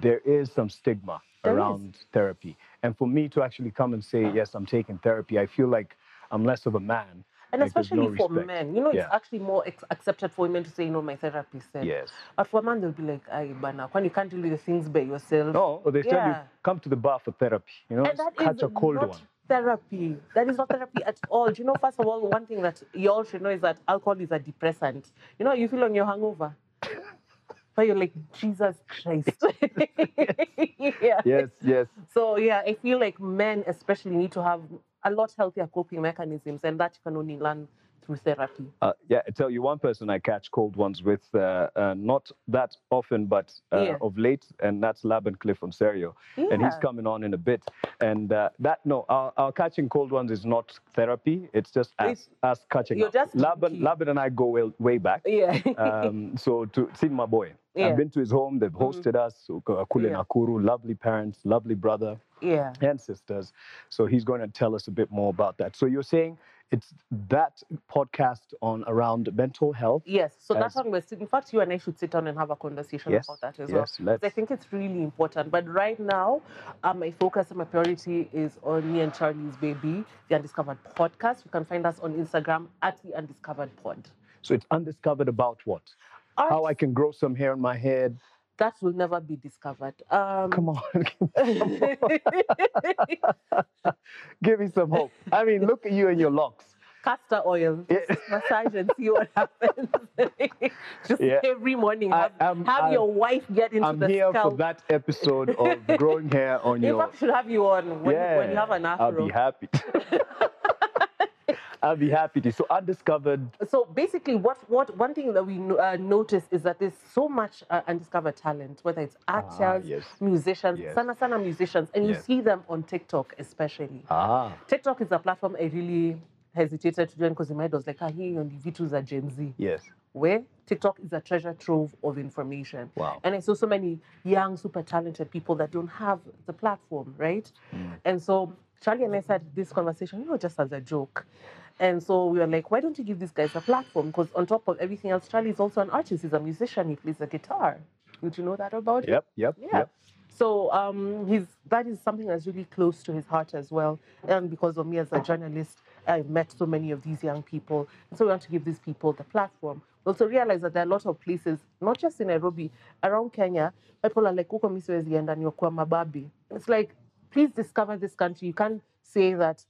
[SPEAKER 1] there is some stigma
[SPEAKER 2] There is.
[SPEAKER 1] around therapy. And for me to actually come and say, yes, I'm taking therapy, I feel like I'm less of a man. Like,
[SPEAKER 2] and
[SPEAKER 1] there's
[SPEAKER 2] especially
[SPEAKER 1] no
[SPEAKER 2] for
[SPEAKER 1] respect.
[SPEAKER 2] men, you know, it's
[SPEAKER 1] Yeah.
[SPEAKER 2] actually more ex- accepted for women to say, "No, my therapist said."
[SPEAKER 1] Yes.
[SPEAKER 2] But for a man, they'll be like, "I bana, when you can't deal with the things by yourself."
[SPEAKER 1] No, or they tell you,
[SPEAKER 2] Yeah.
[SPEAKER 1] come to the bar for therapy, you know,
[SPEAKER 2] And that is
[SPEAKER 1] catch a cold
[SPEAKER 2] not
[SPEAKER 1] one.
[SPEAKER 2] therapy. That is not therapy at all. Do you know, first of all, one thing that you all should know is that alcohol is a depressant. You know, you feel on your hangover. But you're like, Jesus Christ. yeah.
[SPEAKER 1] Yes, yes.
[SPEAKER 2] So, yeah, I feel like men especially need to have a lot healthier coping mechanisms, and that you can only learn through therapy.
[SPEAKER 1] Uh, yeah, I tell you, one person I catch cold ones with, uh, uh, not that often, but uh,
[SPEAKER 2] Yeah.
[SPEAKER 1] of late, and that's Laban Cliff from Serio.
[SPEAKER 2] Yeah.
[SPEAKER 1] And he's coming on in a bit. And uh, that, no, our, our catching cold ones is not therapy. It's just us,
[SPEAKER 2] It's-
[SPEAKER 1] us catching
[SPEAKER 2] you're
[SPEAKER 1] up.
[SPEAKER 2] just
[SPEAKER 1] Laban,
[SPEAKER 2] kinky.
[SPEAKER 1] Laban and I go way, way back.
[SPEAKER 2] yeah.
[SPEAKER 1] Um, so to see my boy.
[SPEAKER 2] Yeah. Mm.
[SPEAKER 1] I've been to his home. They've hosted us. uh, Kule
[SPEAKER 2] Yeah.
[SPEAKER 1] Nakuru, lovely parents, lovely brother
[SPEAKER 2] yeah.
[SPEAKER 1] and sisters. So he's going to tell us a bit more about that. So you're saying it's that podcast on around mental health.
[SPEAKER 2] Yes. So
[SPEAKER 1] As-
[SPEAKER 2] that's one we're still, in fact, you and I should sit down and have a conversation
[SPEAKER 1] Yes,
[SPEAKER 2] about that as well.
[SPEAKER 1] yes, let's.
[SPEAKER 2] I think it's really important. But right now, um, my focus and my priority is on me and Charlie's baby, the Undiscovered Podcast. You can find us on Instagram at the Undiscovered Pod.
[SPEAKER 1] So it's undiscovered about what? How I can grow some hair in my head,
[SPEAKER 2] that will never be discovered. Um,
[SPEAKER 1] Come on,
[SPEAKER 2] castor
[SPEAKER 1] give me some hope. I mean, look at you and your locks.
[SPEAKER 2] oil,
[SPEAKER 1] Yeah.
[SPEAKER 2] Just massage and see what happens. Just
[SPEAKER 1] Yeah.
[SPEAKER 2] every morning,
[SPEAKER 1] I
[SPEAKER 2] have,
[SPEAKER 1] am,
[SPEAKER 2] have
[SPEAKER 1] I'm,
[SPEAKER 2] your wife get into
[SPEAKER 1] I'm
[SPEAKER 2] the
[SPEAKER 1] here
[SPEAKER 2] scalp.
[SPEAKER 1] for that episode of growing hair on
[SPEAKER 2] In
[SPEAKER 1] your.
[SPEAKER 2] fact, should have you on when, when you have an afro.
[SPEAKER 1] I'll be happy. I'll be happy to. So undiscovered.
[SPEAKER 2] so basically what, what one thing that we no- uh, notice is that there's so much uh, undiscovered talent whether it's actors
[SPEAKER 1] Ah, yes.
[SPEAKER 2] musicians
[SPEAKER 1] Yes.
[SPEAKER 2] sana sana musicians and you
[SPEAKER 1] Yes.
[SPEAKER 2] see them on tiktok especially
[SPEAKER 1] Ah.
[SPEAKER 2] tiktok is a platform i really hesitated to join because in my head I was like ah, hii ndio vitu za gen z
[SPEAKER 1] Yes.
[SPEAKER 2] where tiktok is a treasure trove of information
[SPEAKER 1] Wow.
[SPEAKER 2] and I saw so many young, super talented people that don't have the platform, right? And so Charlie and I had this conversation, you know, just as a joke. And so we were like, why don't you give these guys a platform? Because on top of everything else, Charlie is also an artist. He's a musician. He plays the guitar. Would you know that about him?
[SPEAKER 1] Yep. Yep.
[SPEAKER 2] Yeah.
[SPEAKER 1] Yep.
[SPEAKER 2] So um, he's, that is something that's really close to his heart as well. And because of me as a journalist, I've met so many of these young people. And so we want to give these people the platform. We also realize that there are a lot of places, not just in Nairobi, around Kenya, where people are like, Uko misiwezi enda niokuwa mababi. It's like, please discover this country. You can't say that,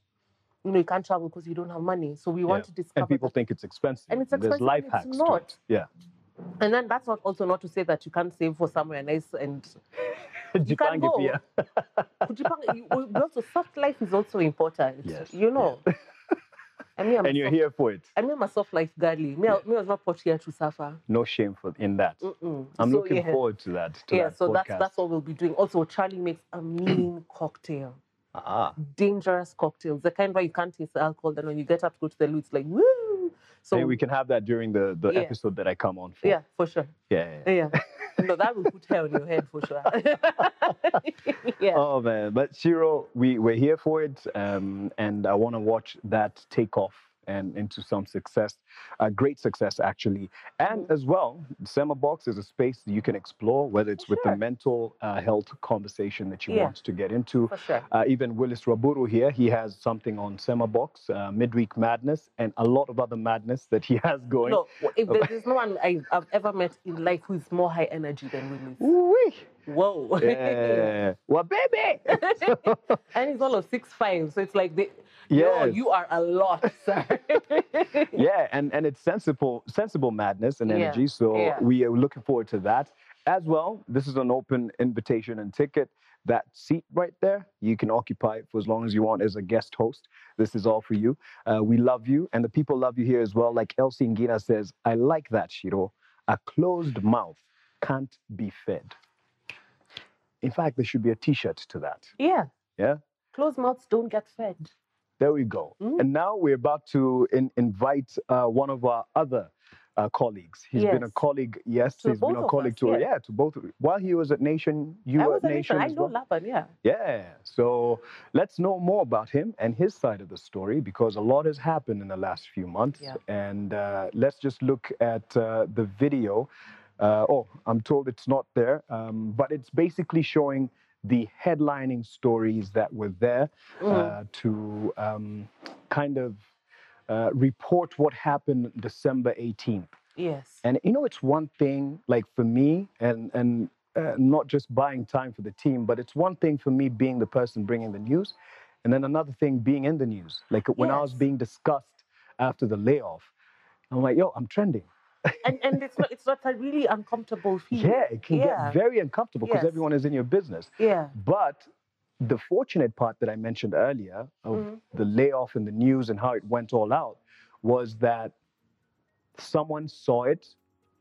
[SPEAKER 2] you know, you can't travel because you don't have money. So we want
[SPEAKER 1] Yeah.
[SPEAKER 2] to discover
[SPEAKER 1] And people
[SPEAKER 2] that.
[SPEAKER 1] think it's expensive.
[SPEAKER 2] And it's
[SPEAKER 1] There's
[SPEAKER 2] expensive,
[SPEAKER 1] life
[SPEAKER 2] and
[SPEAKER 1] hacks.
[SPEAKER 2] it's
[SPEAKER 1] to it.
[SPEAKER 2] not.
[SPEAKER 1] Yeah.
[SPEAKER 2] And then that's not also not to say that you can't save for somewhere nice and you
[SPEAKER 1] Jipange
[SPEAKER 2] can go.
[SPEAKER 1] pia.
[SPEAKER 2] Kujipanga- you- we- we also soft life is also important.
[SPEAKER 1] Yes,
[SPEAKER 2] You know. I mean, I'm
[SPEAKER 1] And
[SPEAKER 2] a
[SPEAKER 1] you're
[SPEAKER 2] soft,
[SPEAKER 1] here for it.
[SPEAKER 2] I mean, I'm a soft life girly. Me, I- me I was not put here to suffer.
[SPEAKER 1] No shame for in that.
[SPEAKER 2] Mm-mm.
[SPEAKER 1] I'm
[SPEAKER 2] Mm. So,
[SPEAKER 1] looking
[SPEAKER 2] yeah.
[SPEAKER 1] forward to that. To
[SPEAKER 2] yeah,
[SPEAKER 1] that
[SPEAKER 2] so
[SPEAKER 1] podcast.
[SPEAKER 2] that's that's what we'll be doing. Also, Charlie makes a mean cocktail,
[SPEAKER 1] Ah.
[SPEAKER 2] dangerous cocktails, the kind where you can't taste the alcohol. Then when you get up to go to the loo, it's like woo. So
[SPEAKER 1] Hey, we can have that during the, the
[SPEAKER 2] Yeah.
[SPEAKER 1] episode that I come on for.
[SPEAKER 2] yeah, for sure.
[SPEAKER 1] Yeah, yeah, yeah.
[SPEAKER 2] Yeah, no, that will put hair on your head for sure. yeah.
[SPEAKER 1] Oh man, but Shiro, we we're here for it, um, and I want to watch that take off and into some success, uh, great success actually, and
[SPEAKER 2] Mhm.
[SPEAKER 1] as well, Sema Box is a space that you can explore, whether it's with the
[SPEAKER 2] Sure.
[SPEAKER 1] mental uh, health conversation that you
[SPEAKER 2] Yeah.
[SPEAKER 1] want to get into.
[SPEAKER 2] For sure.
[SPEAKER 1] Uh, even Willis Raburu here, he has something on Sema Box, uh, Midweek Madness, and a lot of other madness that he has going.
[SPEAKER 2] No, if there- there's no one I, I've ever met in life who's more high energy than Willis.
[SPEAKER 1] Ooh-wee.
[SPEAKER 2] Whoa.
[SPEAKER 1] Yeah. Eh, well, baby.
[SPEAKER 2] and he's all of six five, so it's like they yo,
[SPEAKER 1] Yes.
[SPEAKER 2] you are a lot, sir.
[SPEAKER 1] yeah and and it's sensible sensible madness and
[SPEAKER 2] Yeah,
[SPEAKER 1] energy so
[SPEAKER 2] yeah.
[SPEAKER 1] we are looking forward to that as well this is an open invitation and ticket that seat right there you can occupy it for as long as you want as a guest host this is all for you uh, we love you and the people love you here as well like elsie ngina says i like that shiro a closed mouth can't be fed in fact there should be a t-shirt to that
[SPEAKER 2] yeah.
[SPEAKER 1] Yeah.
[SPEAKER 2] Closed mouths don't get fed.
[SPEAKER 1] there we go.
[SPEAKER 2] Mm.
[SPEAKER 1] And now we're about to in, invite uh, one of our other uh, colleagues. He's been a
[SPEAKER 2] Yes.
[SPEAKER 1] colleague, yes,
[SPEAKER 2] To
[SPEAKER 1] he's been
[SPEAKER 2] both
[SPEAKER 1] a
[SPEAKER 2] of
[SPEAKER 1] colleague
[SPEAKER 2] us,
[SPEAKER 1] to
[SPEAKER 2] yeah.
[SPEAKER 1] yeah, to both. While he was at Nation, you
[SPEAKER 2] I
[SPEAKER 1] were
[SPEAKER 2] was
[SPEAKER 1] at
[SPEAKER 2] a
[SPEAKER 1] Nation
[SPEAKER 2] nation. I
[SPEAKER 1] as
[SPEAKER 2] know
[SPEAKER 1] well.
[SPEAKER 2] Laban, yeah.
[SPEAKER 1] Yeah. So let's know more about him and his side of the story because a lot has happened in the last few months.
[SPEAKER 2] Yeah.
[SPEAKER 1] And uh, let's just look at uh, the video. Uh, oh, I'm told it's not there, um, but it's basically showing the headlining stories that were there
[SPEAKER 2] Mm.
[SPEAKER 1] uh, to um, kind of uh, report what happened December 18th.
[SPEAKER 2] yes.
[SPEAKER 1] And you know, it's one thing, like for me, and and uh, not just buying time for the team, but it's one thing for me being the person bringing the news, and then another thing being in the news. Like when I was
[SPEAKER 2] Yes.
[SPEAKER 1] being discussed after the layoff, I'm like, yo, I'm trending.
[SPEAKER 2] and and it's not it's not a really uncomfortable feeling.
[SPEAKER 1] Yeah, it can
[SPEAKER 2] Yeah.
[SPEAKER 1] get very uncomfortable because
[SPEAKER 2] Yes.
[SPEAKER 1] everyone is in your business.
[SPEAKER 2] Yeah.
[SPEAKER 1] But the fortunate part that I mentioned earlier of
[SPEAKER 2] Mhm.
[SPEAKER 1] the layoff and the news and how it went all out was that someone saw it,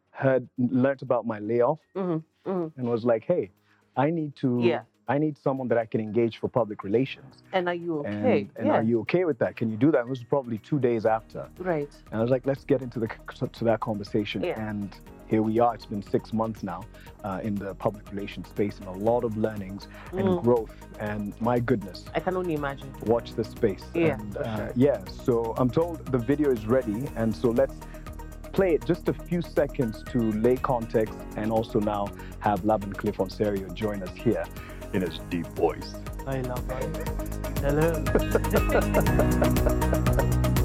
[SPEAKER 1] heard, learnt about my layoff,
[SPEAKER 2] Mhm. Mhm.
[SPEAKER 1] and was like, "Hey, I need to.
[SPEAKER 2] Yeah.
[SPEAKER 1] I need someone that I can engage for public relations.
[SPEAKER 2] And are you
[SPEAKER 1] And,
[SPEAKER 2] okay?
[SPEAKER 1] and
[SPEAKER 2] yeah.
[SPEAKER 1] are you okay with that? Can you do that?" It was probably two days after,
[SPEAKER 2] right.
[SPEAKER 1] and I was like, "Let's get into the c- to that conversation."
[SPEAKER 2] Yeah.
[SPEAKER 1] And here we are. It's been six months now uh, in the public relations space, and a lot of learnings and
[SPEAKER 2] Mm.
[SPEAKER 1] growth. And my goodness,
[SPEAKER 2] I can only imagine.
[SPEAKER 1] watch the space.
[SPEAKER 2] Yeah,
[SPEAKER 1] and,
[SPEAKER 2] for
[SPEAKER 1] uh,
[SPEAKER 2] sure.
[SPEAKER 1] yeah. So I'm told the video is ready, and so let's play it just a few seconds to lay context, and also now have Lab and Cliff Onserio join us here in his deep voice.
[SPEAKER 2] I love it. Hello.